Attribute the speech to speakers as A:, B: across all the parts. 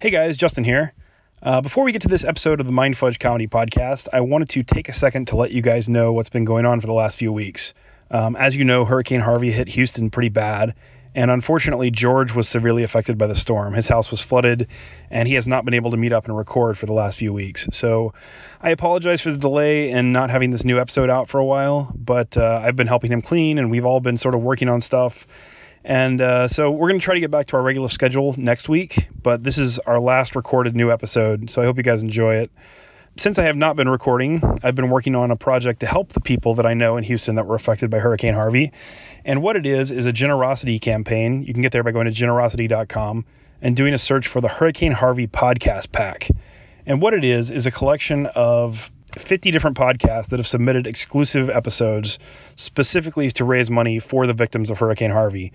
A: Hey guys, Justin here. Uh, before we get to this episode of the Mind Fudge Comedy Podcast, I wanted to take a second to let you guys know what's been going on for the last few weeks. Um, as you know, Hurricane Harvey hit Houston pretty bad, and unfortunately, George was severely affected by the storm. His house was flooded, and he has not been able to meet up and record for the last few weeks. So I apologize for the delay and not having this new episode out for a while, but uh, I've been helping him clean, and we've all been sort of working on stuff. And uh, so we're going to try to get back to our regular schedule next week, but this is our last recorded new episode, so I hope you guys enjoy it. Since I have not been recording, I've been working on a project to help the people that I know in Houston that were affected by Hurricane Harvey. And what it is, is a generosity campaign. You can get there by going to generosity.com and doing a search for the Hurricane Harvey podcast pack. And what it is, is a collection of 50 different podcasts that have submitted exclusive episodes specifically to raise money for the victims of Hurricane Harvey.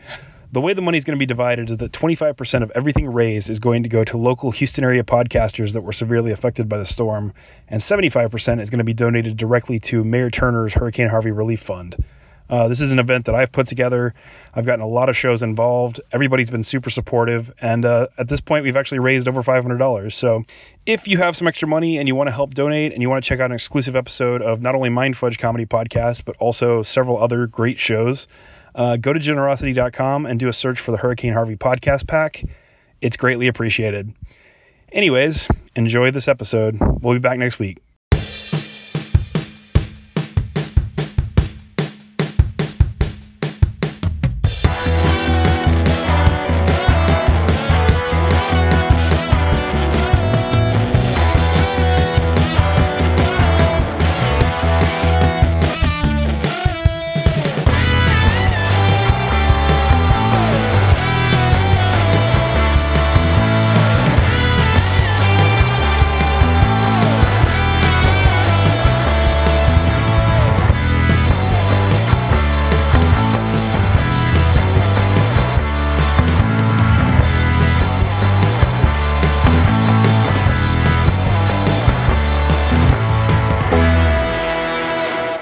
A: The way the money is going to be divided is that 25% of everything raised is going to go to local Houston area podcasters that were severely affected by the storm, and 75% is going to be donated directly to Mayor Turner's Hurricane Harvey Relief Fund. Uh, this is an event that I've put together. I've gotten a lot of shows involved. Everybody's been super supportive. And uh, at this point, we've actually raised over $500. So if you have some extra money and you want to help donate and you want to check out an exclusive episode of not only Mind Fudge Comedy Podcast, but also several other great shows, uh, go to generosity.com and do a search for the Hurricane Harvey Podcast Pack. It's greatly appreciated. Anyways, enjoy this episode. We'll be back next week.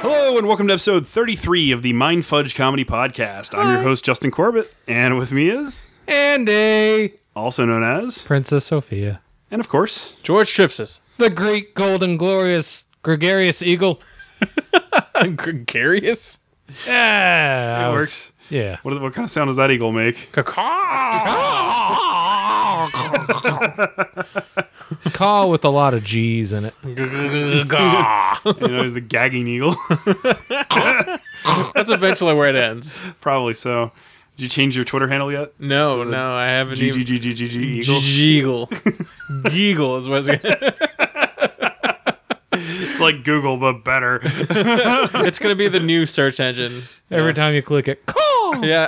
B: Hello and welcome to episode 33 of the Mind Fudge Comedy Podcast. I'm your host Justin Corbett, and with me is
C: and a
B: also known as,
C: Princess Sophia.
B: and of course,
D: George Tripsis.
C: The great, golden, glorious, gregarious eagle.
D: Gregarious?
C: Yeah, I
B: it
C: was-
B: works.
C: Yeah.
B: What, what kind of sound does that eagle make?
C: Call with a lot of G's in it.
D: That's
B: You know, he's the gagging eagle.
D: eventually where it ends.
B: Probably so. Did you change your Twitter handle yet?
D: No, no, I haven't even.
B: GGGGG eagle.
D: Giggle. Giggle is what it's gonna,
B: It's like Google but better.
D: it's gonna be the new search engine.
C: Every time you click it, call.
D: Yeah.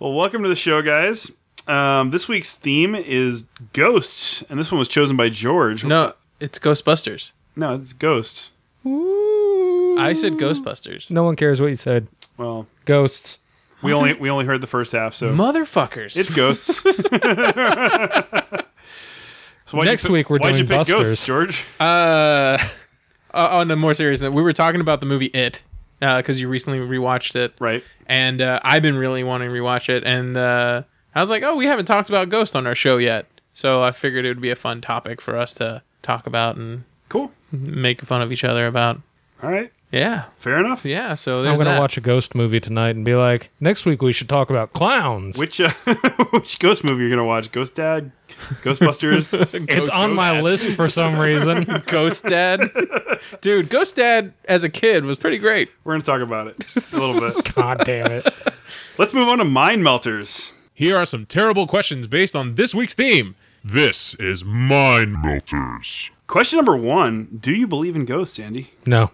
B: Well, welcome to the show, guys. Um, this week's theme is ghosts, and this one was chosen by George.
D: No, it's Ghostbusters.
B: no, it's ghosts.
D: I said Ghostbusters.
C: No one cares what you said.
B: Well,
C: Ghosts.
B: we only we only heard the first half, so
D: Motherfuckers.
B: It's ghosts. So why'd
C: Next
B: pick-
C: week we're
B: why'd
C: doing
B: you pick
C: Busters.
B: ghosts, George.
D: uh, on a more serious note, we were talking about the movie It because you recently rewatched it.
B: Right.
D: and uh, I've been really wanting to rewatch it. And uh, I was like, oh, we haven't talked about Ghost on our show yet, so I figured it would be a fun topic for us to talk about and
B: Cool.
D: make fun of each other about.
B: All right.
D: Yeah,
B: Fair enough.
D: yeah. So
C: I'm
D: there's
C: going to
D: that.
C: watch a ghost movie tonight and be like, next week we should talk about clowns.
B: Which uh, which ghost movie you're gonna watch? Ghost Dad, Ghostbusters.
C: it's on my list for some reason.
D: Ghost Dad, dude. Ghost Dad as a kid was pretty great.
B: We're gonna talk about it a little bit.
C: God damn it.
B: Let's move on to mind melters.
E: Here are some terrible questions based on this week's theme. This is Mind Melters.
B: Question number one: Do you believe in ghosts, Andy?
C: No.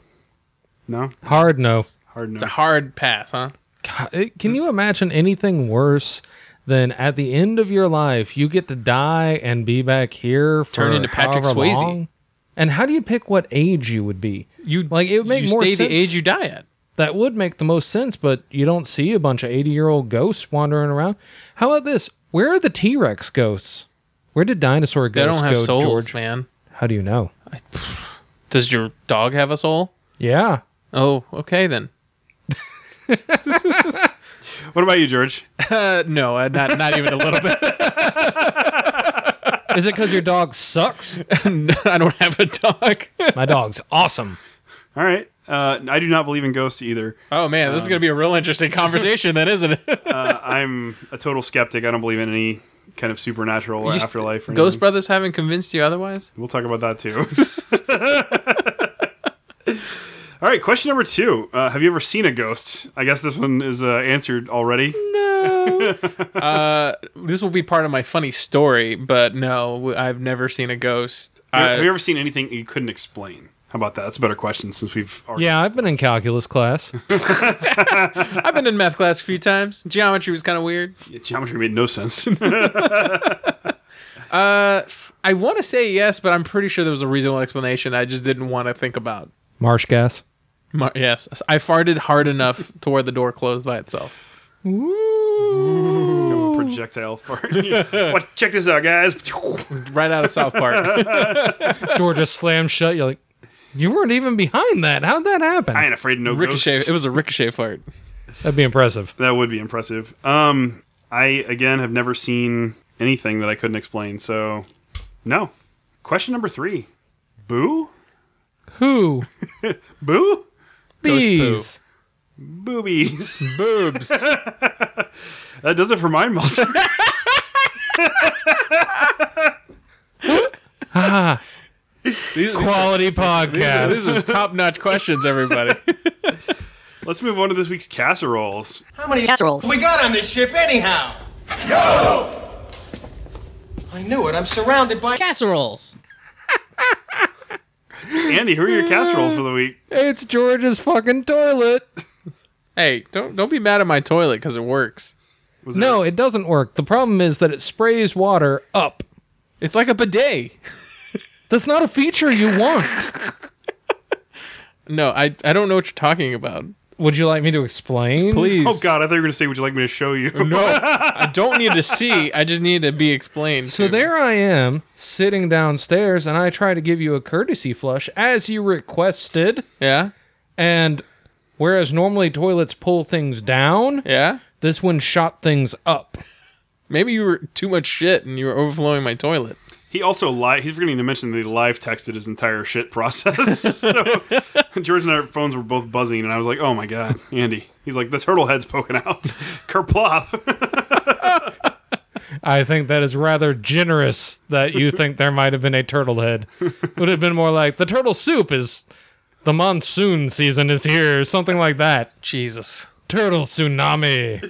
B: No,
C: Hard no.
B: hard
D: It's
B: no.
D: a hard pass, huh?
C: God, it- eh, Can you imagine anything worse than at the end of your life you get to die and be back here for
D: Turn into Patrick
C: however
D: Swayze.
C: long? And how do you pick what age you would be?
D: You
C: Like, it would make
D: you
C: more
D: stay
C: sense.
D: the age you die at.
C: That would make the most sense, but you don't see a bunch of eighty-year-old ghosts wandering around. How about this? Where are the T-Rex ghosts? Where did dinosaur
D: They
C: ghosts
D: don't have
C: go,
D: souls,
C: George?
D: man.
C: How do you know?
D: Does your dog have a soul?
C: Yeah,
D: Oh, okay then.
B: What about you, George?
D: Uh, no, uh, not not even a little bit.
C: Is it because your dog sucks?
D: I don't have a dog.
C: My dog's awesome.
B: All right. Uh, I do not believe in ghosts either.
D: Oh man, this is gonna be a real interesting conversation, then, isn't it?
B: Uh, I'm a total skeptic. I don't believe in any kind of supernatural or
D: You s-
B: afterlife. Or
D: Ghost
B: anything.
D: Brothers haven't convinced you otherwise.
B: We'll talk about that too. All right, question number two. Uh, have you ever seen a ghost? I guess this one is uh, answered already.
D: This will be part of my funny story, but no, w- I've never seen a ghost. I-
B: have you ever seen anything you couldn't explain? How about that? That's a better question since we've already.
C: Yeah, I've been in calculus class.
D: I've been in math class a few times. Geometry was kind of weird.
B: Geometry made no sense.
D: I want to say yes, but I'm pretty sure there was a reasonable explanation. I just didn't want to think about.
C: Marsh gas.
D: Mar- yes, I farted hard enough to where the door closed by itself.
B: Become a projectile fart. what? Check this out, guys.
D: Right out of South Park.
C: Door just slammed shut. You're like, you weren't even behind that. How'd that happen?
B: I ain't afraid of no
D: ricochet.
B: ghosts.
D: It was a ricochet fart.
C: That'd be impressive.
B: That would be impressive. Um, I again have never seen anything that I couldn't explain. So, no. Question number three. Boo.
C: Who?
B: Boo.
D: Ghost poo.
C: Bees.
B: Boobies.
D: Boobs.
B: That does it for mind melt.
C: Quality podcast.
D: This is top notch questions, everybody.
B: Let's move on to this week's casseroles.
F: How many casseroles?
G: we got on this ship anyhow? I knew it. I'm surrounded by
F: Casseroles.
B: Andy, who are your casseroles for the week?
C: It's George's fucking toilet.
D: hey, don't don't be mad at my toilet because it works.
B: Was there-
C: No, it doesn't work. The problem is that it sprays water up.
D: It's like a bidet.
C: That's not a feature you want.
D: No, I I don't know what you're talking about.
C: Would you like me to explain?
D: Please.
B: Oh God, I thought you were gonna say, "Would you like me to show you?"
D: No, I don't need to see. I just need to be explained.
C: So
D: to.
C: there I am, sitting downstairs, and I try to give you a courtesy flush as you requested.
D: Yeah.
C: And whereas normally toilets pull things down,
D: Yeah.
C: this one shot things up.
D: Maybe you were too much shit and you were overflowing my toilet.
B: He also live. He's forgetting to mention that he live texted his entire shit process. so George and our phones were both buzzing, and I was like, "Oh my God, Andy!" He's like, "The turtle head's poking out." Kerplop.
C: I think that is rather generous that you think there might have been a turtle head. Would have been more like the turtle soup is the monsoon season is here, or something like that.
D: Jesus.
C: Turtle tsunami.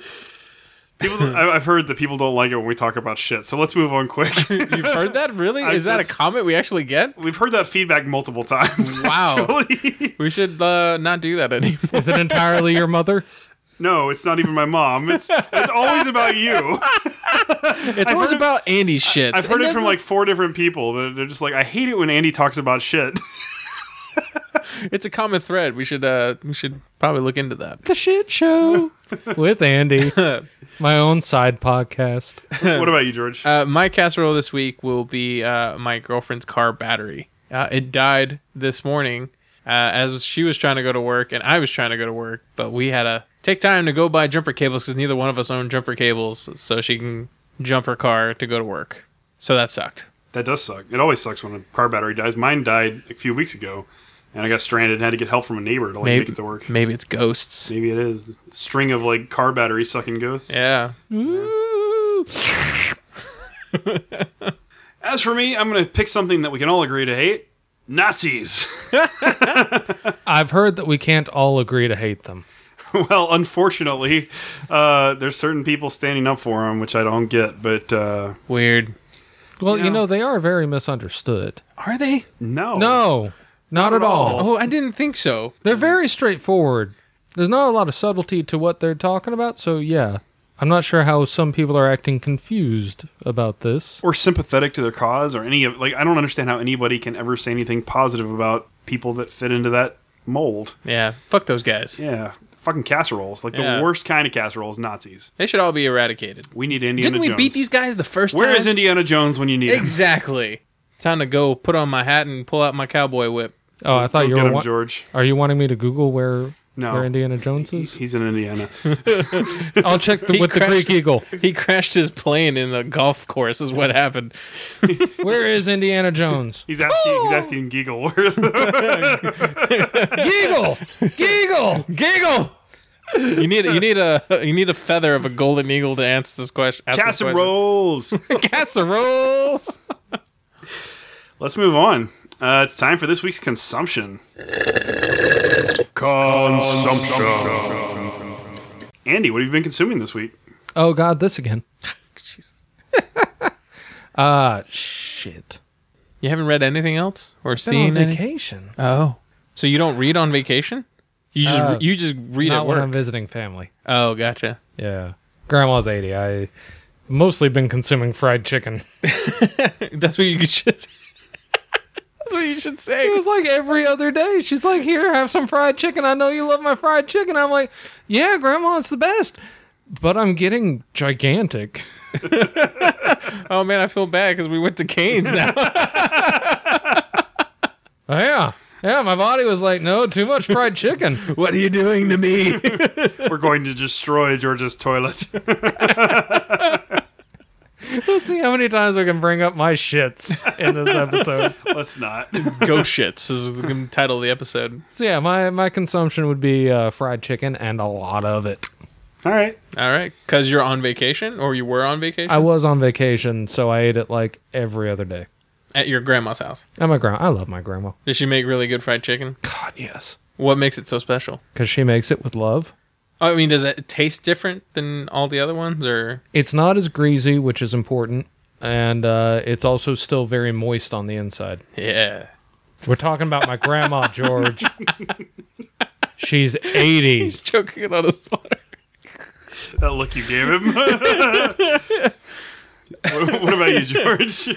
B: People, I- I've heard that people don't like it when we talk about shit. So let's move on quick.
D: You've heard that? Really? Is that a
B: that's-
D: comment we actually get?
B: We've heard that feedback multiple times.
D: Wow.
B: actually.
D: We should uh, not do that anymore.
C: Is it entirely your mother?
B: No, it's not even my mom. It's it's always about you.
D: It's always
B: heard it-
D: about Andy's shit.
B: I've heard it from like four different people. They're, they're just like, I hate it when Andy talks about shit.
D: It's a common thread. We should uh, we should probably look into that.
C: The shit show with Andy, my own side podcast.
B: what about you, George?
D: Uh, my casserole this week will be uh, my girlfriend's car battery. Uh, it died this morning uh, as she was trying to go to work and I was trying to go to work, but we had to take time to go buy jumper cables because neither one of us owned jumper cables, so she can jump her car to go to work. So that sucked.
B: that does suck. It always sucks when a car battery dies. Mine died a few weeks ago, and I got stranded and had to get help from a neighbor to like make it to work.
D: maybe it's ghosts.
B: Maybe it is the string of like car battery sucking ghosts.
D: Yeah.
B: As for me, I'm gonna pick something that we can all agree to hate: Nazis.
C: I've heard that we can't all agree to hate them.
B: well, unfortunately, uh, there's certain people standing up for them, which I don't get. But uh,
D: Weird.
C: Well, you
B: No.
C: know, they are very misunderstood.
D: Are they?
B: no,
C: No, Oh. not, at
B: at
C: all.
B: all.
D: Oh, I didn't think so.
C: They're very straightforward. There's not a lot of subtlety to what they're talking about, so yeah. I'm not sure how some people are acting confused about this.
B: or sympathetic to their cause or any of like I don't understand how anybody can ever say anything positive about people that fit into that mold.
D: Yeah. Fuck those guys.
B: Yeah, fucking casseroles, like
D: Yeah.
B: the worst kind of casseroles, Nazis.
D: They should all be eradicated.
B: We need Indiana
D: Didn't we
B: Jones.
D: beat these guys the first time?
B: Where is Indiana Jones when you need him?
D: Exactly. Time to go put on my hat and pull out my cowboy whip.
C: Oh, I thought
B: Go
C: you
B: get
C: were.
B: him,
C: Wa-
B: George.
C: are you wanting me to Google where
B: No.
C: where Indiana Jones is?
B: He's in Indiana.
C: I'll check the,
D: He
C: with the
D: crashed-
C: Greek Eagle.
D: He crashed his plane in the golf course. Is what happened.
C: Where is Indiana Jones?
D: Oh!
B: He's asking. He's asking Giggle. where the-
C: Eagle, Eagle.
D: Giggle. You need you need a you need a feather of a golden eagle to answer this question. ask this question.
B: Casseroles.
C: casseroles.
B: Let's move on. Uh, it's time for this week's consumption. Consumption. Andy, what have you been consuming this week?
C: Oh God, this again. Ah, shit.
D: You haven't read anything else or
C: Been
D: seen
C: on
D: anything?
C: vacation.
D: Oh, so you don't read on vacation? You just
C: Uh,
D: you just read
C: Not
D: at
C: when I'm
D: work.
C: visiting family.
D: Oh, gotcha.
C: Yeah, Grandma's eighty. I mostly been consuming fried chicken.
D: That's what you could just. That's what you should say.
C: It was like every other day. She's like, "Here, have some fried chicken. I know you love my fried chicken." I'm like, "Yeah, Grandma, it's the best." But I'm getting gigantic.
D: Oh man, I feel bad because we went to Canes now.
C: Oh, yeah, yeah. My body was like, "No, too much fried chicken."
D: what are you doing to me?
B: We're going to destroy George's toilet.
C: Let's see how many times we can bring up my shits in this episode.
B: Let's not.
D: Go shits is the title of the episode.
C: So yeah, my my consumption would be uh, fried chicken and a lot of it.
B: All right.
D: All right, because you're on vacation or you were on vacation
C: I was on vacation, so I ate it like every other day.
D: at your grandma's house.
C: And my grandma, I love my grandma.
D: Did she make really good fried chicken?
C: God, yes,
D: What makes it so special?
C: because she makes it with love.
D: Oh, I mean, does it taste different than all the other ones, or
C: It's not as greasy, which is important, and uh, it's also still very moist on the inside.
D: yeah?
C: We're talking about my grandma, George. She's 80.
D: He's choking it on his water.
B: That look you gave him. what, what about you, George?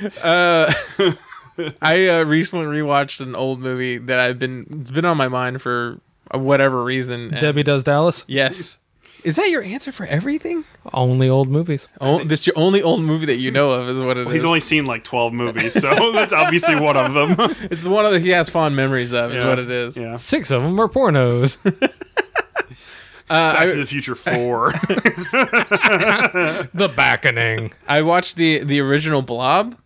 D: I uh, recently rewatched an old movie that I've been it's been on my mind for whatever reason. and-
C: Debbie Does Dallas.
D: yes, is that your answer for everything?
C: Only old movies.
D: Oh, this your only old movie that you know of is what it is.
B: He's only seen like 12 movies, so that's obviously one of them.
D: it's the one that he has fond memories of is
B: Yeah.
D: what it is.
B: Yeah.
C: Six of them are pornos.
B: Back to the Future 4.
C: the Beckoning.
D: I watched the the original Blob.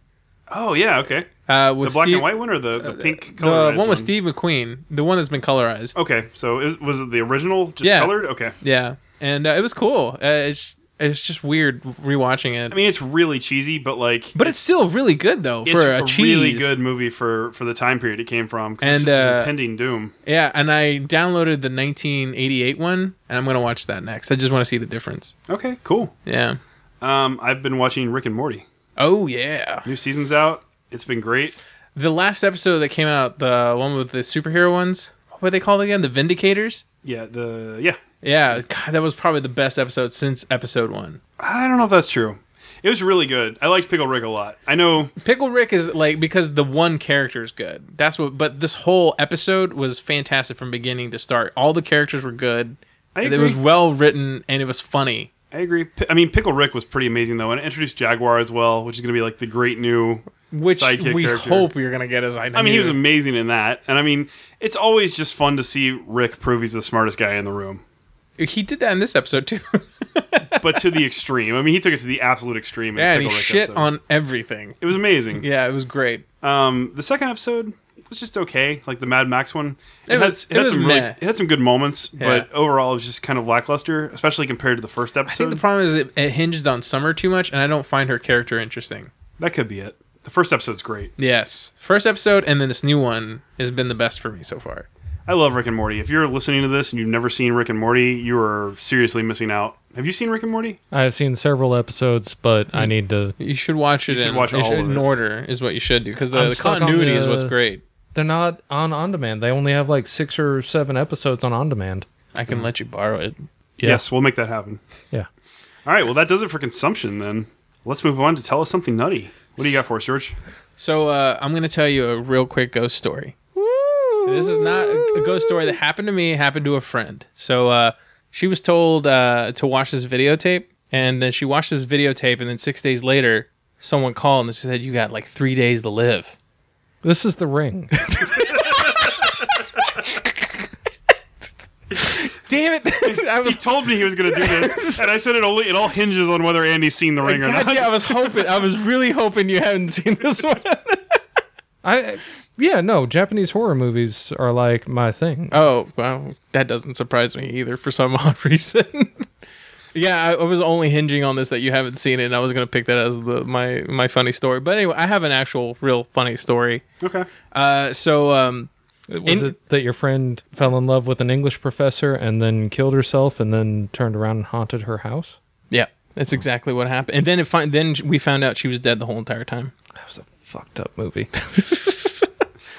B: oh, yeah, okay.
D: Uh, with
B: The black
D: Steve, Uh,
B: and white one or the, the pink
D: The
B: colorized
D: one with Steve McQueen, the one that's been colorized.
B: Okay, so is, was it the original just
D: Yeah.
B: colored? Okay.
D: Yeah, and uh, it was cool. Uh, it's it's just weird rewatching it,
B: I mean, it's really cheesy, but like,
D: but it's still really good though
B: it's
D: for a, cheese.
B: really good movie for for the time period it came from. 'cause
D: And,
B: it's just
D: uh,
B: impending doom.
D: Yeah, and I downloaded the 1988 one, and I'm gonna watch that next. I just want to see the difference.
B: Okay, cool.
D: Yeah.
B: Um, I've been watching Rick and Morty.
D: Oh yeah.
B: New season's out. It's been great.
D: The last episode that came out, the one with the superhero ones, what were they called again? The Vindicators.
B: Yeah, the yeah.
D: Yeah, God, that was probably the best episode since episode one.
B: I don't know if that's true. It was really good. I liked Pickle Rick a lot. I know.
D: Pickle Rick is like because the one character is good. That's what. But this whole episode was fantastic from beginning to start. All the characters were good.
B: I
D: It
B: agree.
D: was well written and it was funny.
B: I agree. Pi- I mean, Pickle Rick was pretty amazing though, and it introduced Jaguar as well, which is going to be like the great new.
D: Which
B: Sidekick
D: we
B: character.
D: hope we are gonna get as I.
B: I mean, he was amazing in that, and I mean, it's always just fun to see Rick prove he's the smartest guy in the room,
D: he did that in this episode too.
B: but to the extreme. I mean, he took it to the absolute extreme. In
D: yeah, and
B: Pickle
D: he
B: Rick
D: shit
B: episode.
D: on everything.
B: It was amazing.
D: Yeah, it was great.
B: Um, the second episode was just okay, like the Mad Max one. It,
D: It
B: had,
D: was-
B: it had
D: it was
B: some really,
D: meh.
B: it had some good moments, but
D: Yeah.
B: overall it was just kind of lackluster, especially compared to the first
D: I think
B: episode.
D: the problem is it, it hinged on Summer too much, and I don't find her character interesting.
B: that could be it. The first episode's great.
D: Yes, first episode and then this new one has been the best for me so far.
B: I love Rick and Morty. If you're listening to this and you've never seen Rick and Morty, you are seriously missing out. Have you seen Rick and Morty?
C: I've seen several episodes, but I need to.
D: You should watch it
B: should
D: in,
B: watch
D: you
B: all
D: should-
B: of it.
D: in order is what you should do because the,
C: I'm
D: the
C: stuck on
D: continuity is
C: the-
D: what's great.
C: They're not on on demand. They only have like six or seven episodes on on demand.
D: I can let you borrow it.
C: Yeah.
B: Yes, we'll make that happen.
C: Yeah.
B: All right, well that does it for consumption then. Let's move on to tell us something nutty. What do you got for us, George?
D: So uh, I'm gonna tell you a real quick ghost story. This is not a, a ghost story that happened to me. It happened to a friend. So uh, she was told uh, to watch this videotape, and then she watched this videotape, and then six days later, someone called and she said, "You got like three days to live."
C: This is the ring.
D: Damn it! I
B: He
D: was.
B: told me he was going to do this, and I said it only. It all hinges on whether Andy's seen the ring or
D: God,
B: not.
D: yeah, I was hoping. I was really hoping you hadn't seen this one.
C: I yeah, no, Japanese horror movies are like my thing.
D: Oh, well, that doesn't surprise me either for some odd reason. yeah, I, I was only hinging on this that you haven't seen it, and I was going to pick that as the, my, my funny story. But anyway, I have an actual real funny story.
B: Okay.
D: Uh, so, um,
C: Was
D: in-
C: it that your friend fell in love with an English professor and then killed herself and then turned around and haunted her house?
D: yeah, that's exactly what happened. And then it fin- then we found out she was dead the whole entire time.
C: That was a fucked up movie.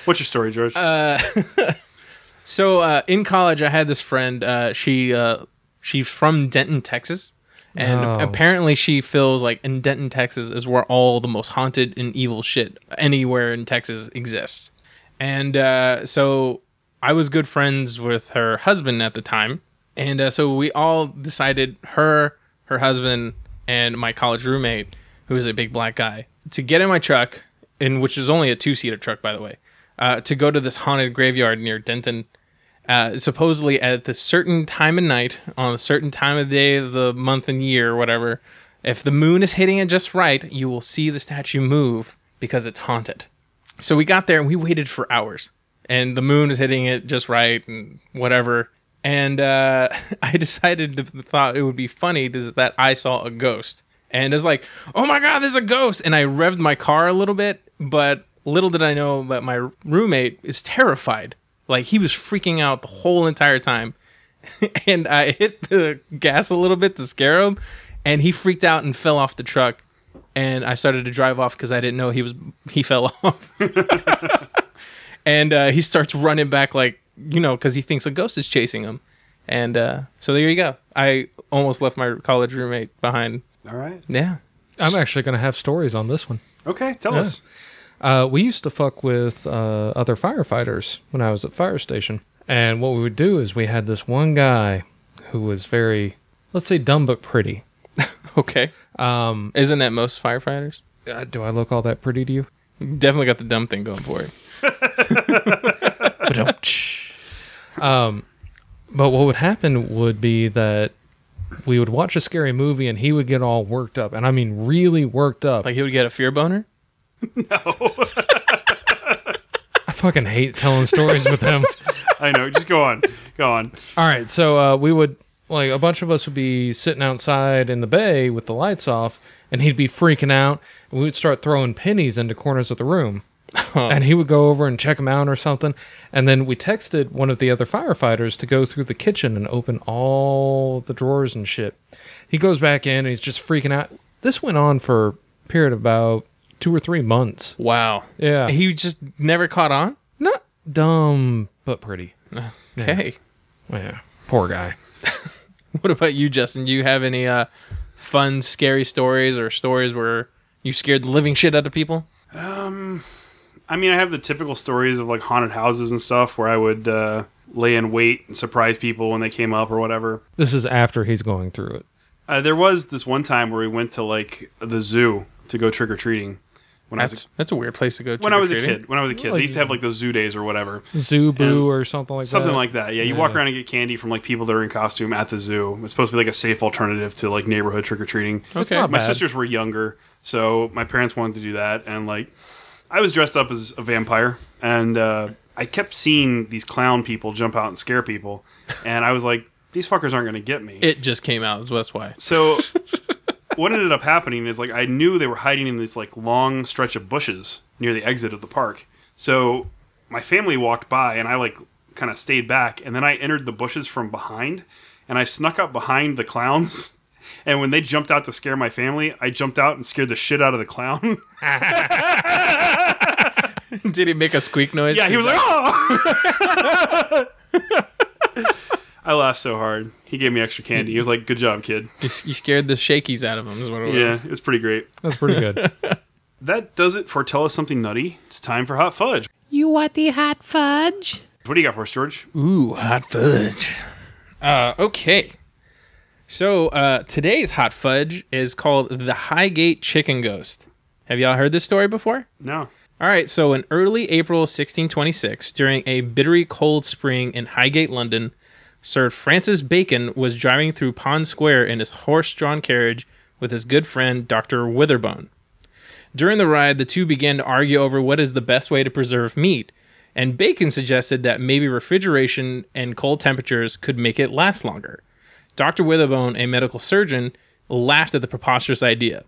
B: What's your story, George?
C: Uh,
D: So uh, in college, I had this friend. Uh, she uh, she's from Denton, Texas, and
C: No.
D: apparently she feels like in Denton, Texas, is where all the most haunted and evil shit anywhere in Texas exists. And uh, so I was good friends with her husband at the time, and uh, so we all decided her, her husband, and my college roommate, who is a big black guy, to get in my truck, and which is only a two seater truck by the way, uh, to go to this haunted graveyard near Denton uh, supposedly at the certain time of night on a certain time of day of the month and year or whatever if the moon is hitting it just right you will see the statue move because it's haunted so we got there and we waited for hours and the moon is hitting it just right and whatever and uh, i decided to thought it would be funny to, that i saw a ghost and it's like oh my god there's a ghost and i revved my car a little bit but little did i know that my roommate is terrified like he was freaking out the whole entire time. and I hit the gas a little bit to scare him, and he freaked out and fell off the truck. And I started to drive off because I didn't know he was he fell off. and uh, he starts running back like you know because he thinks a ghost is chasing him. And uh, so there you go. I almost left my college roommate behind.
B: all right.
D: Yeah.
C: I'm actually gonna have stories on this one.
B: Okay. Tell us.
C: Uh, we used to fuck with uh, other firefighters when I was at fire station, and what we would do is we had this one guy who was very, let's say, dumb but pretty.
D: Okay. Um, Isn't that most firefighters?
C: Uh, do I look all that pretty to you?
D: Definitely got the dumb thing going for it.
C: Ba-dum-tsh. um, but what would happen would be that we would watch a scary movie and he would get all worked up, and I mean really worked up.
D: Like he would get a fear boner.
C: I fucking hate telling stories with him.
B: I know. Just go on. Go on.
C: All right, so uh, we would like a bunch of us would be sitting outside in the bay with the lights off, and he'd be freaking out. And we would start throwing pennies into corners of the room, and he would go over and check them out or something. And then we texted one of the other firefighters to go through the kitchen and open all the drawers and shit. He goes back in and he's just freaking out. This went on for a period of about two or three months.
D: Wow.
C: Yeah,
D: He just never caught on.
C: not dumb but pretty.
D: Okay.
C: Yeah, poor guy.
D: What about you, Justin? Do you have any uh, fun, scary stories or stories where you scared the living shit out of people?
B: I mean, I have the typical stories of like haunted houses and stuff where I would uh, lay in wait and surprise people when they came up or whatever.
C: This is after he's going through it.
B: Uh, there was this one time where we went to like the zoo to go trick or treating when I was
D: That's that's a weird place to go.
B: a, when I was a
D: trick-or-treating.
B: kid. When I was a kid, they used to have like those zoo days or whatever.
C: Zubu or something like
B: Something
C: that.
B: like that. Yeah, you walk around and get candy from like people that are in costume at the zoo. It's supposed to be like a safe alternative to like neighborhood trick or treating.
C: It's not
D: Okay.
B: my
C: bad.
B: sisters were younger, so my parents wanted to do that, and like I was dressed up as a vampire, and uh, I kept seeing these clown people jump out and scare people, and I was like, these fuckers aren't going to get me.
D: It just came out. That's that's why.
B: so what ended up happening is like I knew they were hiding in this like long stretch of bushes near the exit of the park. So my family walked by and I like kind of stayed back and then I entered the bushes from behind and I snuck up behind the clowns. And when they jumped out to scare my family, I jumped out and scared the shit out of the clown.
D: Did he make a squeak noise?
B: yeah, he was like, "Oh!" I laughed so hard. He gave me extra candy. He was like, "Good job, kid."
D: you, s- you scared the shakies out of him. Is what it
B: Yeah,
D: was.
B: it was pretty great.
C: That's pretty good.
B: That does it for Tell Us Something Nutty. It's time for Hot Fudge.
F: You want the hot fudge?
B: What do you got for us, George?
D: Ooh, hot fudge. Uh, okay. So uh, today's hot fudge is called the Highgate Chicken Ghost. Have y'all heard this story before?
B: No.
D: All right, so in early April 1626, during a bitterly cold spring in Highgate, London, Sir Francis Bacon was driving through Pond Square in his horse drawn carriage with his good friend Dr. Witherbone. During the ride, the two began to argue over what is the best way to preserve meat, and Bacon suggested that maybe refrigeration and cold temperatures could make it last longer. Dr. Witherbone, a medical surgeon, laughed at the preposterous idea.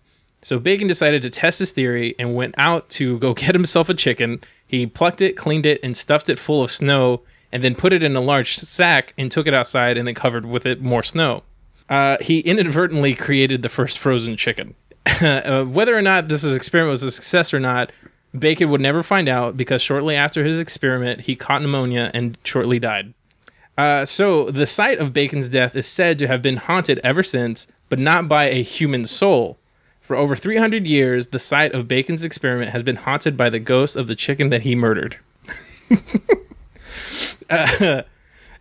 D: So Bacon decided to test his theory and went out to go get himself a chicken. He plucked it, cleaned it, and stuffed it full of snow, and then put it in a large sack and took it outside and then covered with it more snow. Uh, he inadvertently created the first frozen chicken. Uh, whether or not this experiment was a success or not, Bacon would never find out because shortly after his experiment, he caught pneumonia and shortly died. Uh, so the site of Bacon's death is said to have been haunted ever since, but not by a human soul. For over 300 years, the site of Bacon's experiment has been haunted by the ghost of the chicken that he murdered. Uh,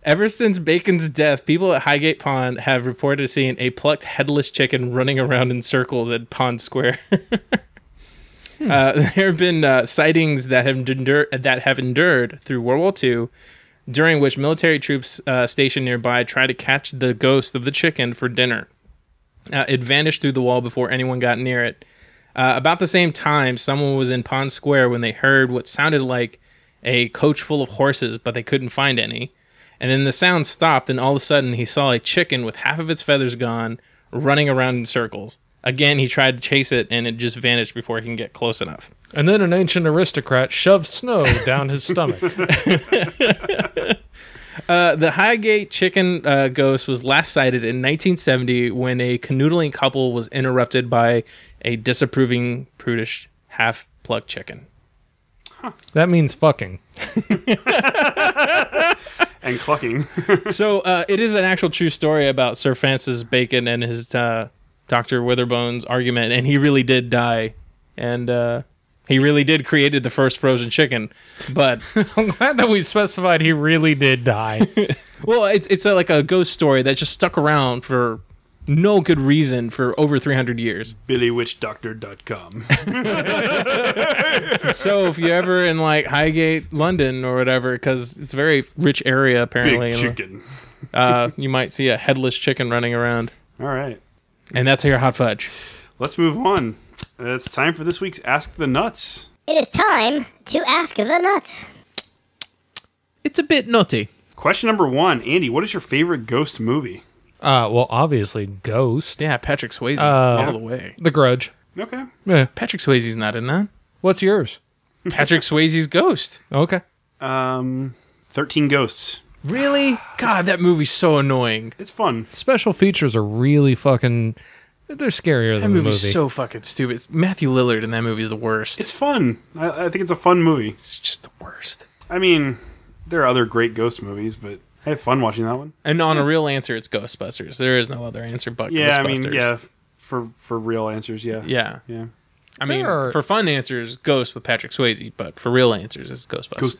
D: ever since Bacon's death, people at Highgate Pond have reported seeing a plucked headless chicken running around in circles at Pond Square. uh, there have been uh, sightings that have endured that have endured through World War II, during which military troops uh, stationed nearby tried to catch the ghost of the chicken for dinner. Uh, it vanished through the wall before anyone got near it. Uh, about the same time, someone was in Pond Square when they heard what sounded like a coach full of horses, but they couldn't find any. And then the sound stopped, and all of a sudden he saw a chicken with half of its feathers gone running around in circles. Again, he tried to chase it, and it just vanished before he can get close enough.
C: And then an ancient aristocrat shoved snow down his stomach.
D: Uh, the Highgate chicken uh, ghost was last sighted in 1970 when a canoodling couple was interrupted by a disapproving, prudish, half plucked chicken.
C: that means fucking.
B: and clucking.
D: So uh, it is an actual true story about Sir Francis Bacon and his uh, Doctor Witherbone's argument, and he really did die, and uh, he really did created the first frozen chicken. But
C: I'm glad that we specified he really did die.
D: well, it's it's a, like a ghost story that just stuck around for no good reason for over 300 years.
B: BillyWitchDoctor.com.
D: So if you're ever in like Highgate, London, or whatever, because it's a very rich area apparently,
B: Big chicken.
D: uh, you might see a headless chicken running around,
B: All right.
D: and that's your hot fudge.
B: Let's move on. It's time for this week's Ask the Nuts.
H: It is time to ask the nuts.
D: It's a bit nutty.
B: Question number one Andy, what is your favorite ghost movie?
C: Uh, well, obviously, Ghost.
D: Yeah, Patrick Swayze all the way.
C: The Grudge.
B: Okay.
C: Yeah.
D: Patrick Swayze's not in that.
C: What's yours?
D: Patrick Swayze's Ghost.
C: Okay.
B: Um, 13 Ghosts.
D: Really? God, that movie's so annoying.
B: It's fun.
C: Special features are really fucking. They're scarier
D: That
C: than the
D: movie's
C: movie.
D: so fucking stupid. It's Matthew Lillard in that movie's the worst. It's,
B: It's fun. I, I think it's a fun movie.
D: just the worst.
B: I mean, there are other great ghost movies, but I had fun watching that one.
D: And on a real answer, it's Ghostbusters. There is no other answer but
B: Yeah, I
D: Ghostbusters.
B: mean, yeah, for for real answers, yeah.
D: Yeah.
B: Yeah.
D: I mean,
C: There are-
D: for fun answers, Ghost with Patrick Swayze, but for real answers, it's Ghostbusters.
B: Ghost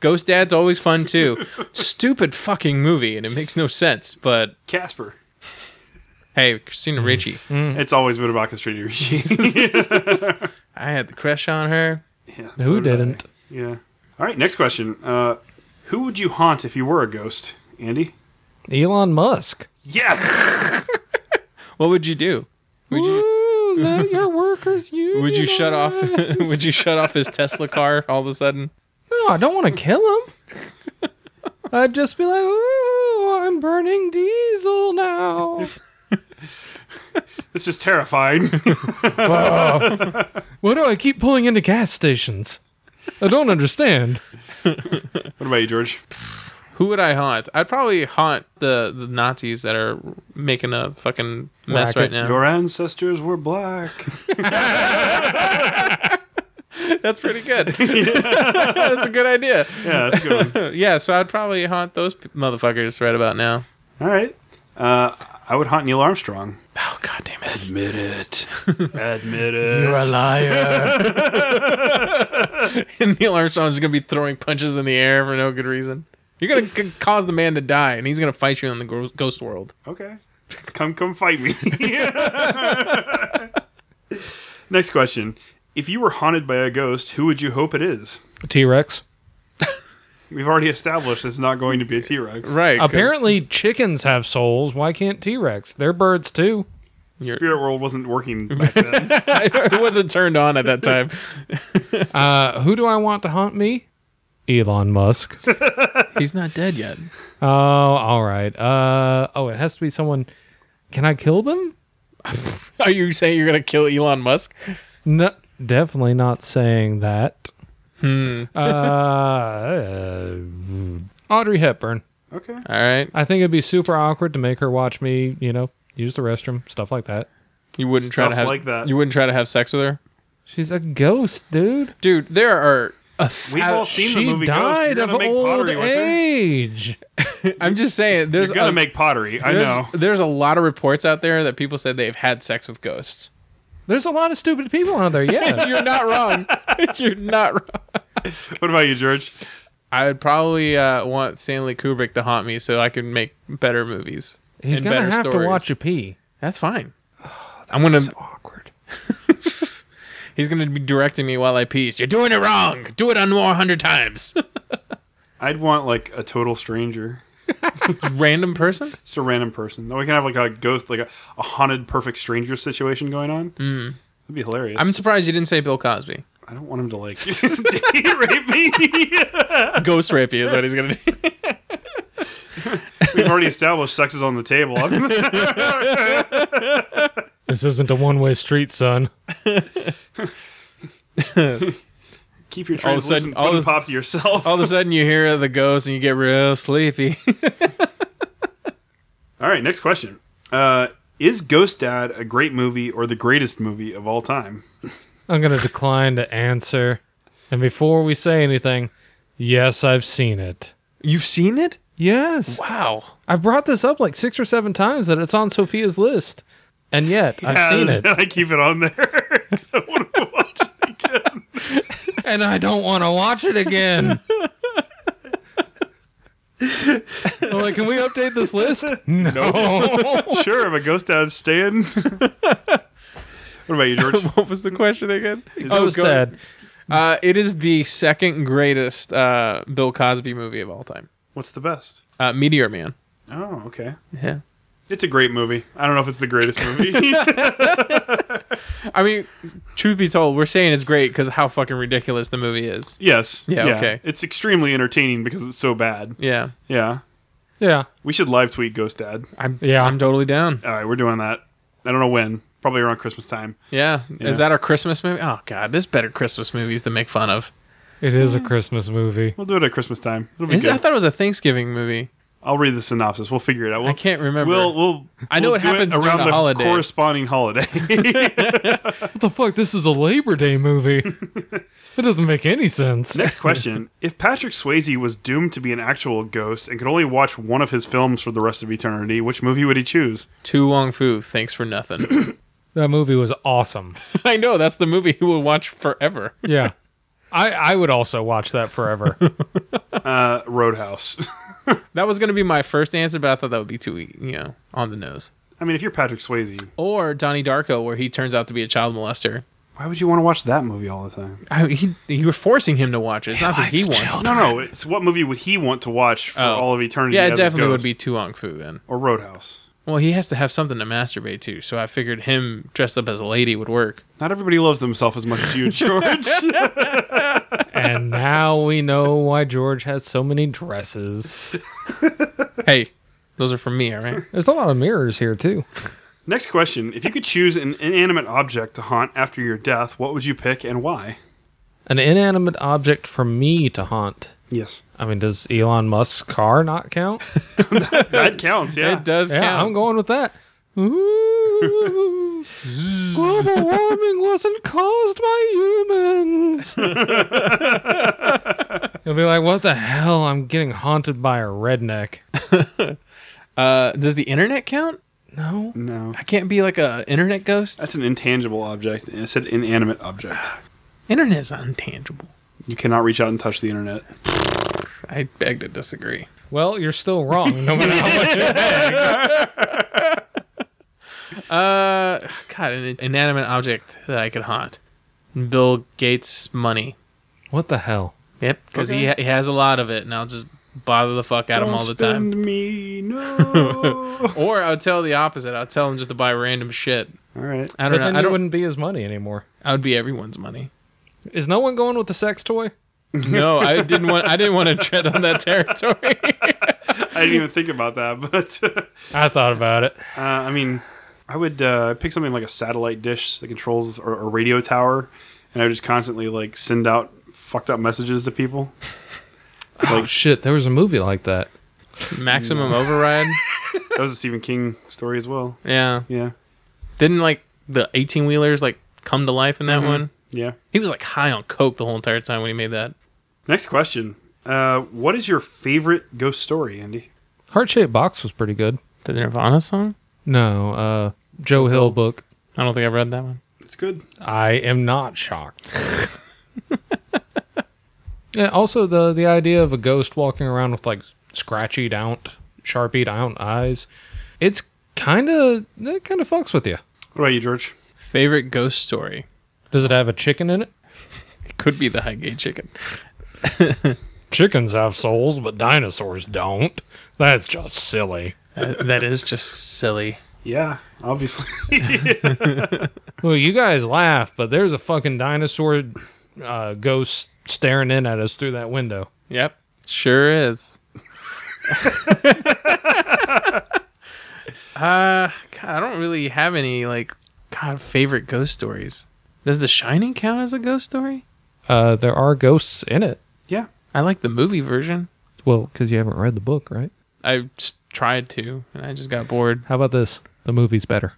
D: Ghost,
B: Dad.
D: Dad's always fun too. Stupid fucking movie, and it makes no sense, but
B: Casper.
D: hey, Christina Ricci,
C: Mm-hmm.
B: It's always been about Castrati Regis.
D: I had the crush on her.
B: yeah, so
C: Who
B: did I.
C: didn't?
B: Yeah. All right, next question. Uh, who would you haunt if you were a ghost, Andy?
C: Elon Musk.
B: Yes!
D: What would you do? Would you
C: Ooh, let your workers use.
D: Would you shut off? would you shut off his Tesla car all of a sudden?
C: No, Oh, I don't want to kill him. I'd just be like, ooh, I'm burning diesel now.
B: this is terrifying.
C: Why do I keep pulling into gas stations? I don't understand.
B: What about you, George?
D: Who would I haunt? I'd probably haunt the, the Nazis that are making a fucking mess
C: Racket.
D: right now.
B: Your ancestors were black.
D: That's pretty good. That's a good idea.
B: Yeah, that's a good. one.
D: Yeah, so I'd probably haunt those p- motherfuckers right about now.
B: All right. Uh, I would haunt Neil Armstrong.
D: Oh god damn it!
B: Admit it. Admit it.
D: liar. and Neil Armstrong's gonna be throwing punches in the air for no good reason. You're gonna c- cause the man to die, and he's gonna fight you in the gro- ghost world.
B: Okay. Come, come fight me. Next question. If you were haunted by a ghost, who would you hope it is?
C: T Rex.
B: We've already established it's not going to be a T Rex.
D: Right. 'cause
C: Apparently, chickens have souls. Why can't T Rex? They're birds too.
B: Spirit World wasn't working back then.
D: it wasn't turned on at that time.
C: Uh, who do I want to haunt me? Elon Musk. Oh,
D: He's not dead yet.
C: all right. Uh, oh, it has to be someone. Can I kill them?
D: Are you saying you're gonna kill Elon Musk?
C: No, definitely not saying that. Hmm. uh, Audrey Hepburn.
B: Okay.
D: All right.
C: I think it'd be super awkward to make her watch me, you know, use the restroom, stuff like that.
D: You wouldn't try to
B: Stuff
D: have
B: like that.
D: You wouldn't try to have sex with her,
C: She's a ghost, dude.
D: dude. There are. a
B: We've
D: thou-
B: all seen the
C: she
B: movie Ghost. You're
C: died
B: gonna
C: of
B: make
C: old
B: pottery with her.
C: age.
D: I'm just saying. There's
B: You're gonna
D: a,
B: make pottery. I
D: there's,
B: know.
D: There's a lot of reports out there that people said they've had sex with ghosts.
C: There's a lot of stupid people out there. Yeah.
D: You're not wrong. you're not wrong.
B: What about you, George?
D: I would probably uh, want Stanley Kubrick to haunt me so I could make better movies.
C: He's
D: and
C: gonna
D: better
C: have
D: stories.
C: to watch you pee.
D: That's fine. I'm gonna.
C: Awkward.
D: He's gonna be directing me while I pee. You're doing it wrong. Do it on more hundred times.
B: I'd want like a total stranger,
D: Random person.
B: just a random person. Or we can have like a ghost, like a, a haunted perfect stranger situation going on. Mm. That'd be hilarious.
D: Hmm. I'm surprised you didn't say Bill Cosby.
B: I don't want him to like date rape me.
D: Ghost rape you is what he's gonna do.
B: We've already established sex is on the table. I'm-
C: This isn't a one-way street, son.
B: Keep your
D: All of a
B: translucent
D: sudden- all
B: pudding
D: of-
B: pop to yourself.
D: All of a sudden, you hear the ghost and you get real sleepy.
B: All right, next question. Uh, is Ghost Dad a great movie or the greatest movie of all time?
C: I'm gonna decline to answer. And before we say anything, yes, I've seen it.
D: You've seen it?
C: Yes.
D: Wow.
C: I've brought this up like six or seven times that it's on Sophia's list. And yet I've seen
B: As-
C: it.
B: I keep it on there. 'Cause I wanna watch it.
C: and I don't want to watch it again. I'm like, can we update this list? No. Oh,
B: sure, but Ghost Dad's staying. what about you, George?
D: What was the question again?
C: Ghost
D: go-
C: Dad.
D: Uh, it is the second greatest uh, Bill Cosby movie of all time.
B: What's the best?
D: Uh, Meteor Man.
B: Oh, okay.
D: Yeah.
B: It's a great movie. I don't know if it's the greatest movie.
D: I mean, truth be told, we're saying it's great because how fucking ridiculous the movie is.
B: yes.
D: Yeah, okay.
B: It's extremely entertaining because it's so bad.
D: Yeah.
B: Yeah.
C: Yeah.
B: We should live tweet Ghost Dad.
D: I'm
C: Yeah.
D: I'm totally down.
B: All right, we're doing that. I don't know when. Probably around Christmas time.
D: Yeah.
B: Yeah.
D: Is that our Christmas movie? Oh god, there's better Christmas movies to make fun of.
C: It is a Christmas movie.
B: We'll do it at Christmas time. It'll be
D: Is,
B: good.
D: I thought it was a Thanksgiving movie.
B: I'll read the synopsis. We'll figure it out. We'll,
D: I can't remember.
B: We'll, we'll.
D: I know
B: we'll
D: it
B: do
D: happens during
B: around
D: a
B: the
D: holiday.
B: corresponding holiday.
C: What the fuck? This is a Labor Day movie. it doesn't make any sense.
B: Next question: If Patrick Swayze was doomed to be an actual ghost and could only watch one of his films for the rest of eternity, which movie would he choose?
D: Tu Wong Fu, thanks for nothing.
C: That movie was awesome.
D: I know that's the movie you will watch forever.
C: Yeah. I, I would also watch that forever.
B: Uh, Roadhouse.
D: That was gonna be my first answer, but I thought that would be too you know on the nose.
B: I mean, if you're Patrick Swayze,
D: Or Donnie Darko, where he turns out to be a child molester.
B: why would you want to watch that movie all the time?
D: I, he, you were forcing him to watch it. It's not that he wants. it.
B: No, no. It's what movie would he want to watch for
D: Oh.
B: all of eternity?
D: Yeah, it
B: as a
D: definitely would
B: ghost?
D: be Tu Wong Fu then.
B: Or Roadhouse.
D: Well, he has to have something to masturbate to, so I figured him dressed up as a lady would work.
B: Not everybody loves themselves as much as you, George.
C: and now we know why George has so many dresses.
D: Hey, those are from me, all right?
C: There's a lot of mirrors here, too.
B: Next question: If you could choose an inanimate object to haunt after your death, what would you pick and why?
C: An inanimate object for me to haunt.
B: Yes,
C: I mean, does Elon Musk's car not count?
B: that counts. Yeah,
D: It does
C: Yeah,
D: count.
C: I'm going with that. Ooh, global warming wasn't caused by humans. You'll be like, what the hell? I'm getting haunted by a redneck.
D: uh, does the internet count?
C: No.
B: No.
D: I can't be like a internet ghost.
B: That's an intangible object. and It said inanimate object.
D: Internet is intangible.
B: You cannot reach out and touch the internet.
D: I beg to disagree.
C: Well, you're still wrong. No matter how much.
D: Uh, God, an inanimate object that I could haunt. Bill Gates' money.
C: What the hell?
D: Yep, because he, ha- he has a lot of it, and I'll just bother the fuck out of him all the time.
B: me, no.
D: Or I'll tell the opposite. I'll tell him just to buy random shit.
B: All right.
D: I
C: But
D: don't know.
C: then
D: I
C: it
D: don't.
C: wouldn't be his money anymore.
D: I would be everyone's money.
C: Is no one going with the sex toy?
D: No, I didn't want. I didn't want to tread on that territory.
B: I didn't even think about that, but uh,
C: I thought about it.
B: I mean, I would uh, pick something like a satellite dish that controls or a radio tower, and I would just constantly like send out fucked up messages to people.
C: Oh shit, there was a movie like that.
D: Maximum override.
B: That was a Stephen King story as well.
D: Yeah.
B: Yeah,
D: Didn't like the eighteen wheelers like come to life in that
C: Mm-hmm.
D: one.
B: yeah.
D: He was like high on coke the whole entire time when he made that.
B: Next question. Uh, what is your favorite ghost story, Andy?
C: Heart shaped box was pretty good.
D: The Nirvana song.
C: No, uh, Joe Hill book.
D: I don't think I've read that one.
B: It's good.
C: I am not shocked. yeah, also the the idea of a ghost walking around with like scratchy down, sharpie down eyes. It's kind of that kind of fucks with you.
B: What about you, George?
D: Favorite ghost story.
C: Does it have a chicken in it?
D: It could be the Highgate chicken.
C: Chickens have souls, but dinosaurs don't. That's just silly.
D: Uh, that is just silly.
B: Yeah, obviously.
C: Well, you guys laugh, but there's a fucking dinosaur uh, ghost staring in at us through that window.
D: Yep. Sure is. uh, God, I don't really have any like God favorite ghost stories. Does The Shining count as a ghost story?
C: Uh, there are ghosts in it.
B: yeah.
D: I like the movie version.
C: Well, because you haven't read the book, right?
D: I just tried to, and I just got bored.
C: How about this? The movie's better.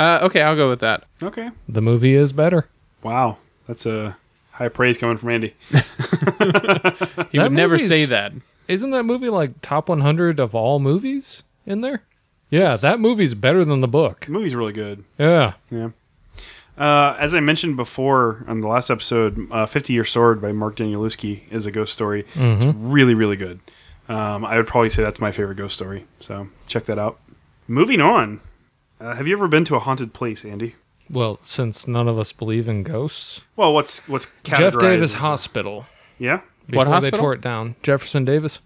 D: Uh, okay, I'll go with that.
B: Okay.
C: The movie is better.
B: Wow, that's a high praise coming from Andy.
D: You
C: That
D: would never
C: movie's-
D: say that.
C: Isn't that movie like top 100 of all movies in there? Yeah, that movie's better than the book.
B: The movie's really good.
C: Yeah.
B: Uh, as I mentioned before on the last episode, uh, 50 Year Sword by Mark Danielewski is a ghost story. It's
C: Mm-hmm.
B: really, really good. Um, I would probably say that's my favorite ghost story. So check that out. Moving on. Uh, have you ever been to a haunted place, Andy?
C: Well, since none of us believe in ghosts,
B: Well, what's what's
C: Jeff
B: categorized
C: Davis
B: as-
C: Hospital.
B: Yeah,
C: Before
D: hospital?
C: they tore it down, Jefferson Davis,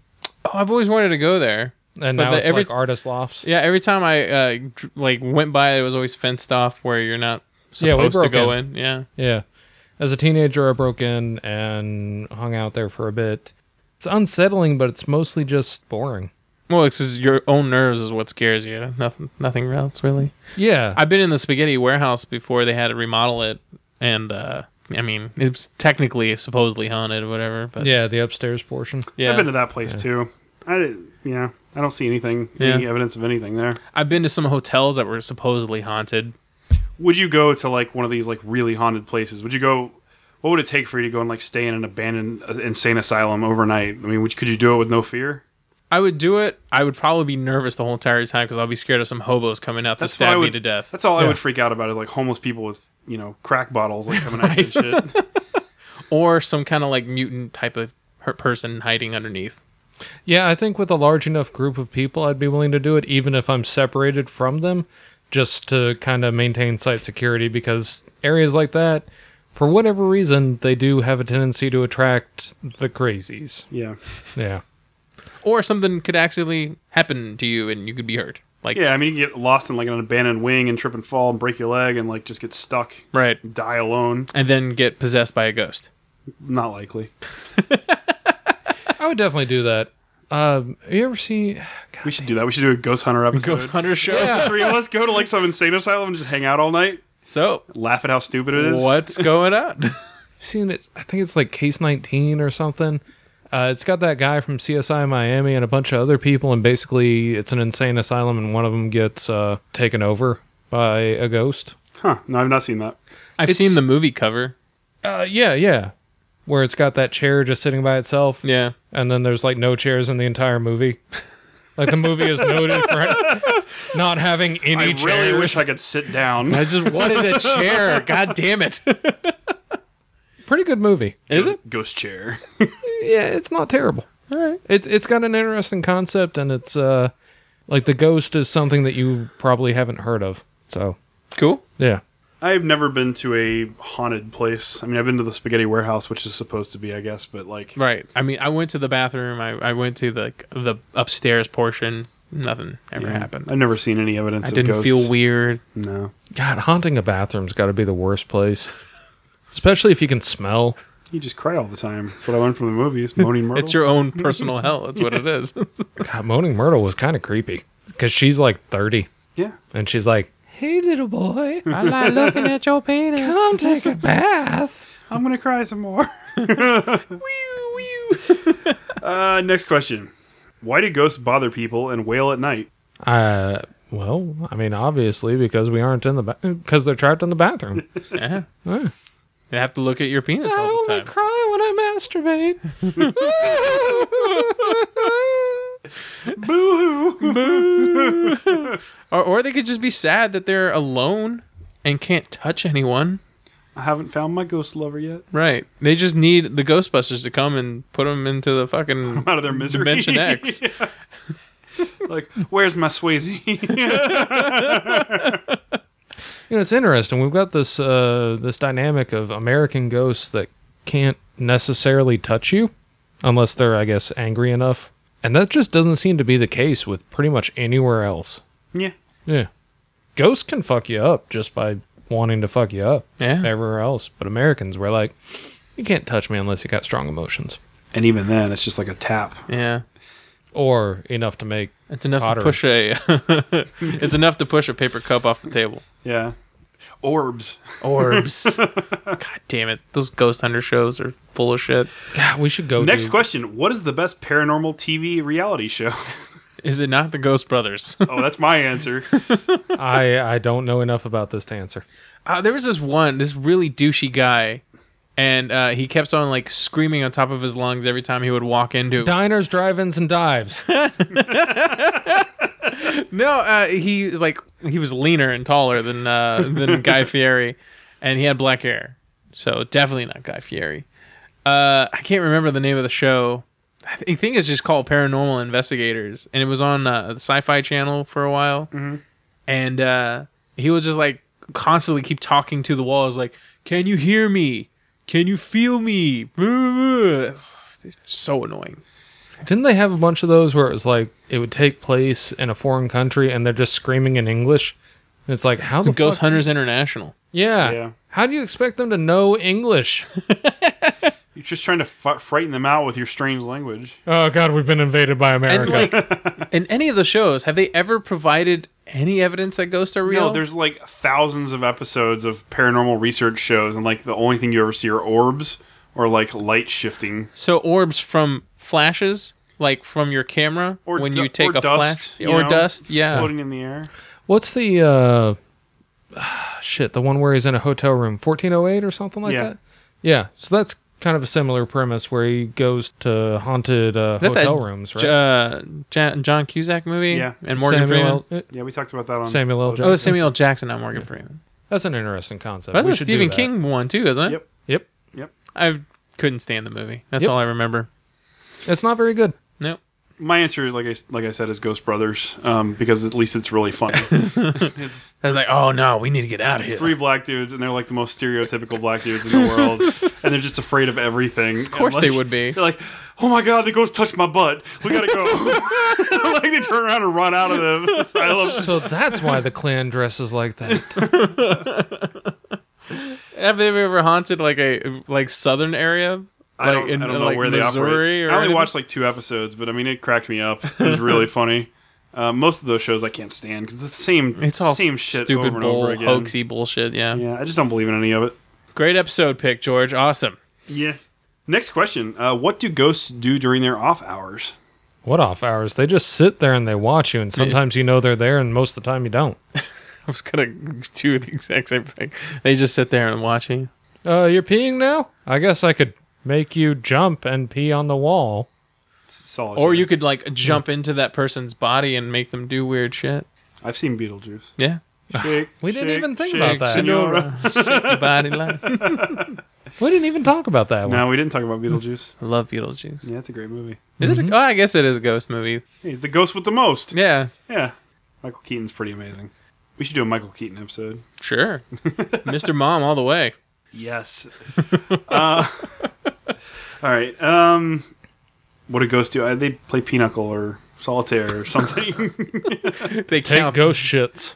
D: Oh, I've always wanted to go there.
C: and
D: But
C: now
D: the-
C: it's
D: every-
C: like artist lofts.
D: Yeah, every time I uh, dr- like went by, it was always fenced off where you're not
C: Yeah, we
D: supposed to
C: broke
D: go in. Yeah,
C: Yeah. As a teenager, I broke in and hung out there for a bit. It's unsettling, but it's mostly just boring.
D: well, it's just your own nerves is what scares you. Nothing, nothing else really.
C: Yeah.
D: I've been in the spaghetti warehouse before they had to remodel it, and uh, I mean it was technically supposedly haunted or whatever. But yeah,
C: yeah, the upstairs portion.
B: I've been to that place too. I didn't, yeah, I don't see anything, any
D: Yeah.
B: evidence of anything there.
D: I've been to some hotels that were supposedly haunted.
B: Would you go to like one of these like really haunted places? Would you go? What would it take for you to go and like stay in an abandoned uh, insane asylum overnight? I mean, would, could you do it with no fear?
D: I would do it. I would probably be nervous the whole entire time because I'll be scared of some hobos coming out to
B: what I
D: stab me
B: would-
D: to death.
B: That's all I would freak out about is like homeless people with you know crack bottles like coming out and shit.
D: or some kind of like mutant type of her- person hiding underneath.
C: Yeah, I think with a large enough group of people, I'd be willing to do it, even if I'm separated from them, just to kind of maintain site security because areas like that, for whatever reason, they do have a tendency to attract the crazies.
B: Yeah,
C: Yeah.
D: Or something could actually happen to you and you could be hurt. Like
B: yeah. I mean, you get lost in like an abandoned wing and trip and fall and break your leg and like just get stuck,
D: right,
B: die alone.
D: and then get possessed by a ghost.
B: Not likely.
C: I would definitely do that. Um, you ever see.
B: We should do that. We should do a ghost hunter episode.
D: Ghost hunter show.
B: Three of us go to like some insane asylum and just hang out all night,
D: So
B: laugh at how stupid it is.
D: what's going on?
C: seen it. I think it's like Case 19 or something. Uh, it's got that guy from CSI Miami and a bunch of other people, and basically it's an insane asylum, and one of them gets uh, taken over by a ghost.
B: Huh? No, I've not seen that.
D: I've seen the movie cover.
C: Uh, yeah, yeah. Where it's got that chair just sitting by itself,
D: Yeah.
C: and then there's like no chairs in the entire movie. Like the movie is noted for not having any
B: I
C: chairs.
B: really wish I could sit down.
D: I just wanted a chair. God damn it.
C: Pretty good movie.
D: Is it?
B: Ghost chair.
C: yeah, it's not terrible. All right. It, it's got an interesting concept, and it's uh, like the ghost is something that you probably haven't heard of. So,
D: Cool.
C: yeah.
B: I've never been to a haunted place. I mean, I've been to the Spaghetti Warehouse, which is supposed to be, I guess, but like,
D: Right. I mean, I went to the bathroom. I, I went to the the upstairs portion. Nothing ever happened.
B: I've never seen any evidence.
D: I
B: of
D: didn't
B: ghosts.
D: feel weird.
B: No.
C: God, haunting a bathroom's got to be the worst place, especially if you can smell.
B: You just cry all the time. That's what I learned from the movies. Moaning Myrtle.
D: It's your own personal hell. That's what it is.
C: God, Moaning Myrtle was kind of creepy because she's like 30
B: yeah.
C: and she's like, "Hey, little boy,
D: I like looking at your penis.
C: come take a bath."
B: I'm gonna cry some more. uh, next question. Why do ghosts bother people and wail at night?
C: Uh, well, I mean, obviously because we aren't in the because they're trapped in the bathroom.
D: Yeah. They have to look at your penis
C: I
D: all the
C: only
D: time.
C: cry when I masturbate.
D: Or, or they could just be sad that they're alone and can't touch anyone.
B: I haven't found my ghost lover yet.
D: Right. They just need the Ghostbusters to come and put them into the fucking
B: Out of their misery.
D: Dimension X.
B: like, where's my Swayze?
C: You know, it's interesting. We've got this uh, this dynamic of American ghosts that can't necessarily touch you unless they're, I guess, angry enough. And that just doesn't seem to be the case with pretty much anywhere else.
B: yeah.
C: Yeah. Ghosts can fuck you up just by wanting to fuck you up
D: Yeah.
C: everywhere else. But Americans, we're like, you can't touch me unless you got strong emotions
B: And even then, it's just like a tap.
D: Yeah.
C: or enough to make.
D: It's enough
C: Pottery.
D: to push a. it's enough to push a paper cup off the table.
B: Yeah. Orbs.
D: Orbs. God damn it! Those ghost hunter shows are full of shit.
C: God, we should go.
B: Next
C: do-
B: question. What is the best paranormal TV reality show?
D: Is it not the Ghost Brothers?
B: oh, that's my answer.
C: I I don't know enough about this to answer.
D: uh, there was this one, this really douchey guy, and uh, he kept on like screaming on top of his lungs every time he would walk into.
C: Diners, drive-ins, and dives.
D: No, uh, he was, like he was leaner and taller than uh, than Guy Fieri, and he had black hair, so definitely not Guy Fieri. Uh, I can't remember the name of the show. I thi- I think it's just called Paranormal Investigators, and it was on uh, the Sci-Fi Channel for a while. And uh, he would just like constantly keep talking to the walls, like, "Can you hear me? Can you feel me?" It's so annoying.
C: Didn't they have a bunch of those where it was like it would take place in a foreign country and they're just screaming in English? And it's like how the
D: Ghost
C: fuck-
D: Hunters International.
C: Yeah.
B: Yeah.
C: How do you expect them to know English?
B: You're just trying to f- frighten them out with your strange language.
C: oh God, we've been invaded by
D: And
C: America.
D: like in any of the shows, have they ever provided any evidence that ghosts are real?
B: No, there's like thousands of episodes of paranormal research shows, and like the only thing you ever see are orbs or like light shifting
D: so orbs from flashes, like from your camera
B: or
D: when
B: du-
D: you take
B: or
D: a
B: dust,
D: flash
B: you
D: or
B: know,
D: dust. Yeah,
B: floating in the air.
C: What's the uh ah, shit, the one where he's in a hotel room, fourteen oh eight or something like
B: Yeah.
C: that? Yeah. So that's kind of a similar premise where he goes to haunted uh,
D: that
C: hotel
D: that
C: rooms, right?
D: J- uh, Ja- John Cusack movie.
B: Yeah.
D: and Morgan
C: Samuel
D: Freeman.
C: L-
B: Yeah, we talked about that on
C: Samuel L.
D: Oh,
C: Jackson.
D: it's Samuel L. Jackson, not Morgan Freeman.
C: That's an interesting concept.
D: That's
C: We
D: a
C: should do
D: Stephen
C: that.
D: King one too, isn't it?
B: Yep.
C: Yep.
D: I couldn't stand the movie. That's
C: Yep.
D: all I remember.
C: It's not very good.
D: Nope.
B: My answer, like I s- like I said, is Ghost Brothers, um, because at least it's really funny. it's
D: I was like, oh no, we need to get out of here.
B: three black dudes, and they're like the most stereotypical black dudes in the world, and they're just afraid of everything. Of
D: course they would be.
B: They're like, "Oh my god, the ghost touched my butt. We gotta go!" like they turn around and run out of the asylum.
C: So that's why the clan dresses like that.
D: Have they ever haunted like a like southern area?
B: I
D: Like,
B: don't,
D: in,
B: I don't know
D: like,
B: where they
D: Missouri
B: operate.
D: or
B: I only
D: anything?
B: watched like two episodes, but I mean, it cracked me up. It was really funny. Uh, most of those shows I can't stand because it's the same.
D: It's all
B: same shit
D: stupid
B: over and
D: bull,
B: over again.
D: hoaxy bullshit. Yeah.
B: Yeah, I just don't believe in any of it.
D: Great episode pick, George. Awesome.
B: Yeah. Next question: uh, What do ghosts do during their off hours?
C: What off hours? They just sit there and they watch you, and sometimes you know they're there, and most of the time you don't.
D: I was gonna do the exact same thing. They just sit there and watch you.
C: Uh, you're peeing now? I guess I could make you jump and pee on the wall.
B: It's solid.
D: Or you could like jump into that person's body and make them do weird shit.
B: I've seen Beetlejuice.
D: Yeah.
B: Shake,
C: We didn't
B: shake,
C: even think
B: shake,
C: about that.
B: Senora.
D: Your body line. I
C: We didn't even talk about that one.
B: No, we didn't talk about Beetlejuice.
D: love Beetlejuice.
B: Yeah, it's a great movie.
D: Is it a, oh, I guess it is a ghost movie.
B: He's the ghost with the most.
D: Yeah.
B: Yeah. Michael Keaton's pretty amazing. We should do a Michael Keaton episode.
D: Sure. Mr. Mom all the way.
B: Yes. uh, all right. Um, what do ghosts do? Uh, they play pinochle or solitaire or something.
D: They
C: Take
D: count
C: ghost shits.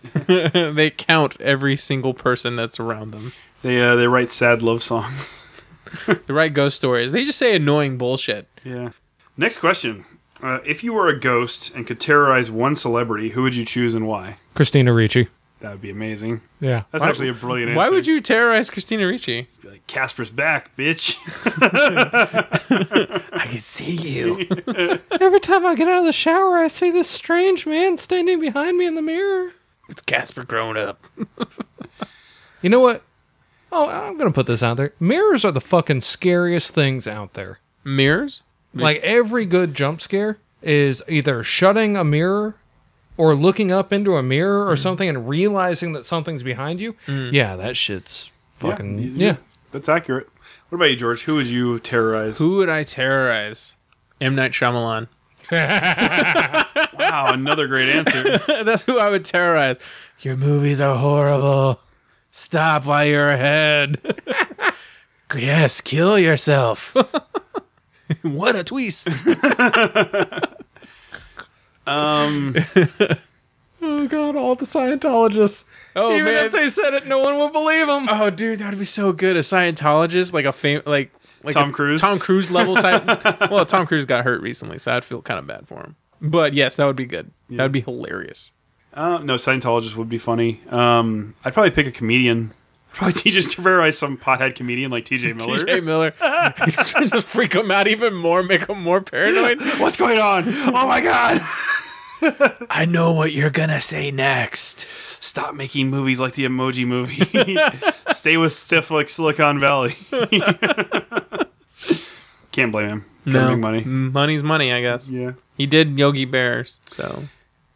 D: they count every single person that's around them.
B: they uh, they write sad love songs.
D: The right ghost stories. They just say annoying bullshit.
B: Yeah. Next question. Uh, if you were a ghost and could terrorize one celebrity, who would you choose and why?
C: Christina Ricci.
B: That would be amazing.
C: Yeah.
B: That's actually a brilliant answer.
D: Why would you terrorize Christina Ricci?
B: Be like, Casper's back, bitch?
D: I can see you.
C: Every time I get out of the shower, I see this strange man standing behind me in the mirror.
D: It's Casper grown up.
C: You know what? Oh, I'm gonna put this out there. Mirrors are the fucking scariest things out there.
D: Mirrors?
C: Like every good jump scare is either shutting a mirror or looking up into a mirror or something and realizing that something's behind you. Yeah, that shit's fucking
B: you-
C: yeah.
B: That's accurate. What about you, George? Who would you terrorize?
D: Who would I terrorize? M. Night Shyamalan.
B: Wow, another great answer.
D: That's who I would terrorize. Your movies are horrible. Stop while you're ahead. yes, kill yourself. what a twist.
B: Um,
C: Oh god, all the Scientologists.
D: Oh
C: Even
D: man.
C: if they said it, no one would believe them.
D: oh dude, that would be so good. A Scientologist, like a fam- like like
B: Tom
D: a
B: Cruise?
D: Tom Cruise level type. well, Tom Cruise got hurt recently, so I'd feel kind of bad for him. But yes, that would be good. That would be hilarious.
B: uh, no, Scientologist would be funny. Um, I'd probably pick a comedian. Probably TJ terrorize some pothead comedian like TJ Miller.
D: TJ Miller. Just freak him out even more, make him more paranoid.
B: What's going on? Oh my god!
D: I know what you're gonna say next.
B: Stop making movies like the Emoji Movie. Stay with stiff like Silicon Valley. Can't blame him. Can't make money.
D: Money's money, I guess.
B: Yeah.
D: He did Yogi Bears, so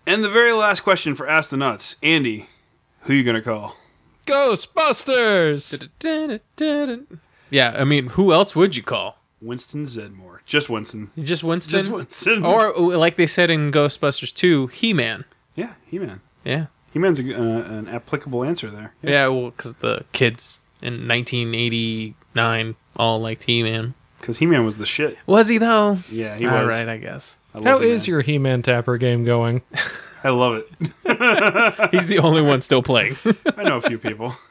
B: And the very last question for Ask the Nuts, Andy. Who you gonna call?
C: Ghostbusters.
D: yeah. I mean, who else would you call?
B: Winston Zedmore. Just Winston.
D: Just Winston,
B: Just Winston.
D: or like they said in Ghostbusters 2, He Man.
B: yeah, He Man.
D: Yeah,
B: He Man's a, uh, an applicable answer there.
D: yeah. well, because the kids in 1989 all liked He Man.
B: Because He Man was the shit.
D: Was he though?
B: Yeah, he was.
D: All right, I guess.
B: I love
C: How
B: He-Man.
C: is your He-Man Tapper game going?
B: I love it.
D: He's the only one still playing.
B: I know a few people.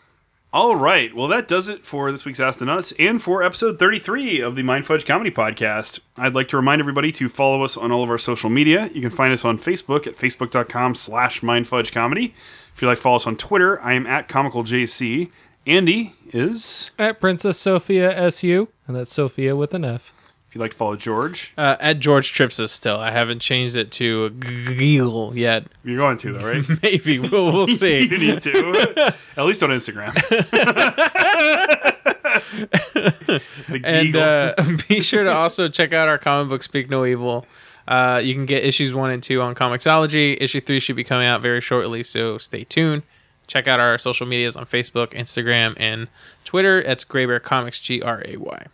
B: All right. Well, that does it for this week's Ask the Nuts and for episode 33 of the Mind Fudge Comedy Podcast. I'd like to remind everybody to follow us on all of our social media. You can find us on Facebook at facebook.com slash mindfudgecomedy. If you'd like to follow us on Twitter, I am at comicaljc. Andy is.
C: At Princess Sophia SU, and that's Sophia with an F.
B: If you'd like to follow George,
D: uh, at George Tripsis still. I haven't changed it to Giggle yet.
B: you're going to, though, right?
D: Maybe we'll, we'll see.
B: you need to. at least on Instagram. the
D: and
B: Geagle.
D: uh, be sure to also check out our comic book Speak No Evil. Uh, you can get issues one and two on Comixology. Issue three should be coming out very shortly, so stay tuned. Check out our social medias on Facebook, Instagram, and Twitter. That's Gray Bear Comics, G R A Y.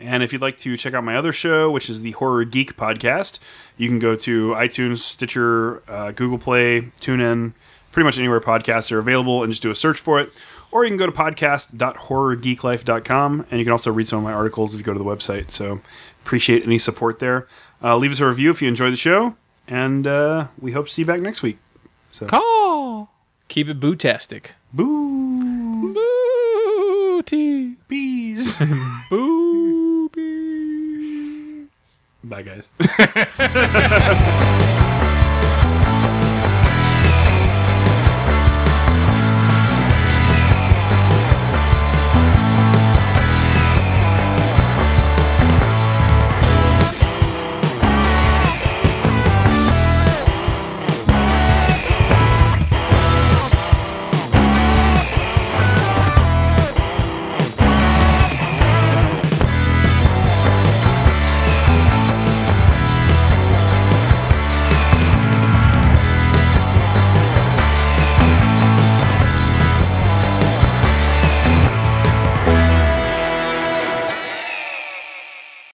B: And if you'd like to check out my other show, which is the Horror Geek Podcast, you can go to iTunes, Stitcher, uh, Google Play, TuneIn, pretty much anywhere podcasts are available, and just do a search for it. Or you can go to podcast.horrorgeeklife.com, and you can also read some of my articles if you go to the website. So appreciate any support there. Uh, leave us a review if you enjoy the show, and uh, we hope to see you back next week.
C: Call.
D: Keep it bootastic.
B: Boo!
C: Booty.
B: Bees! Boo! Bye, guys.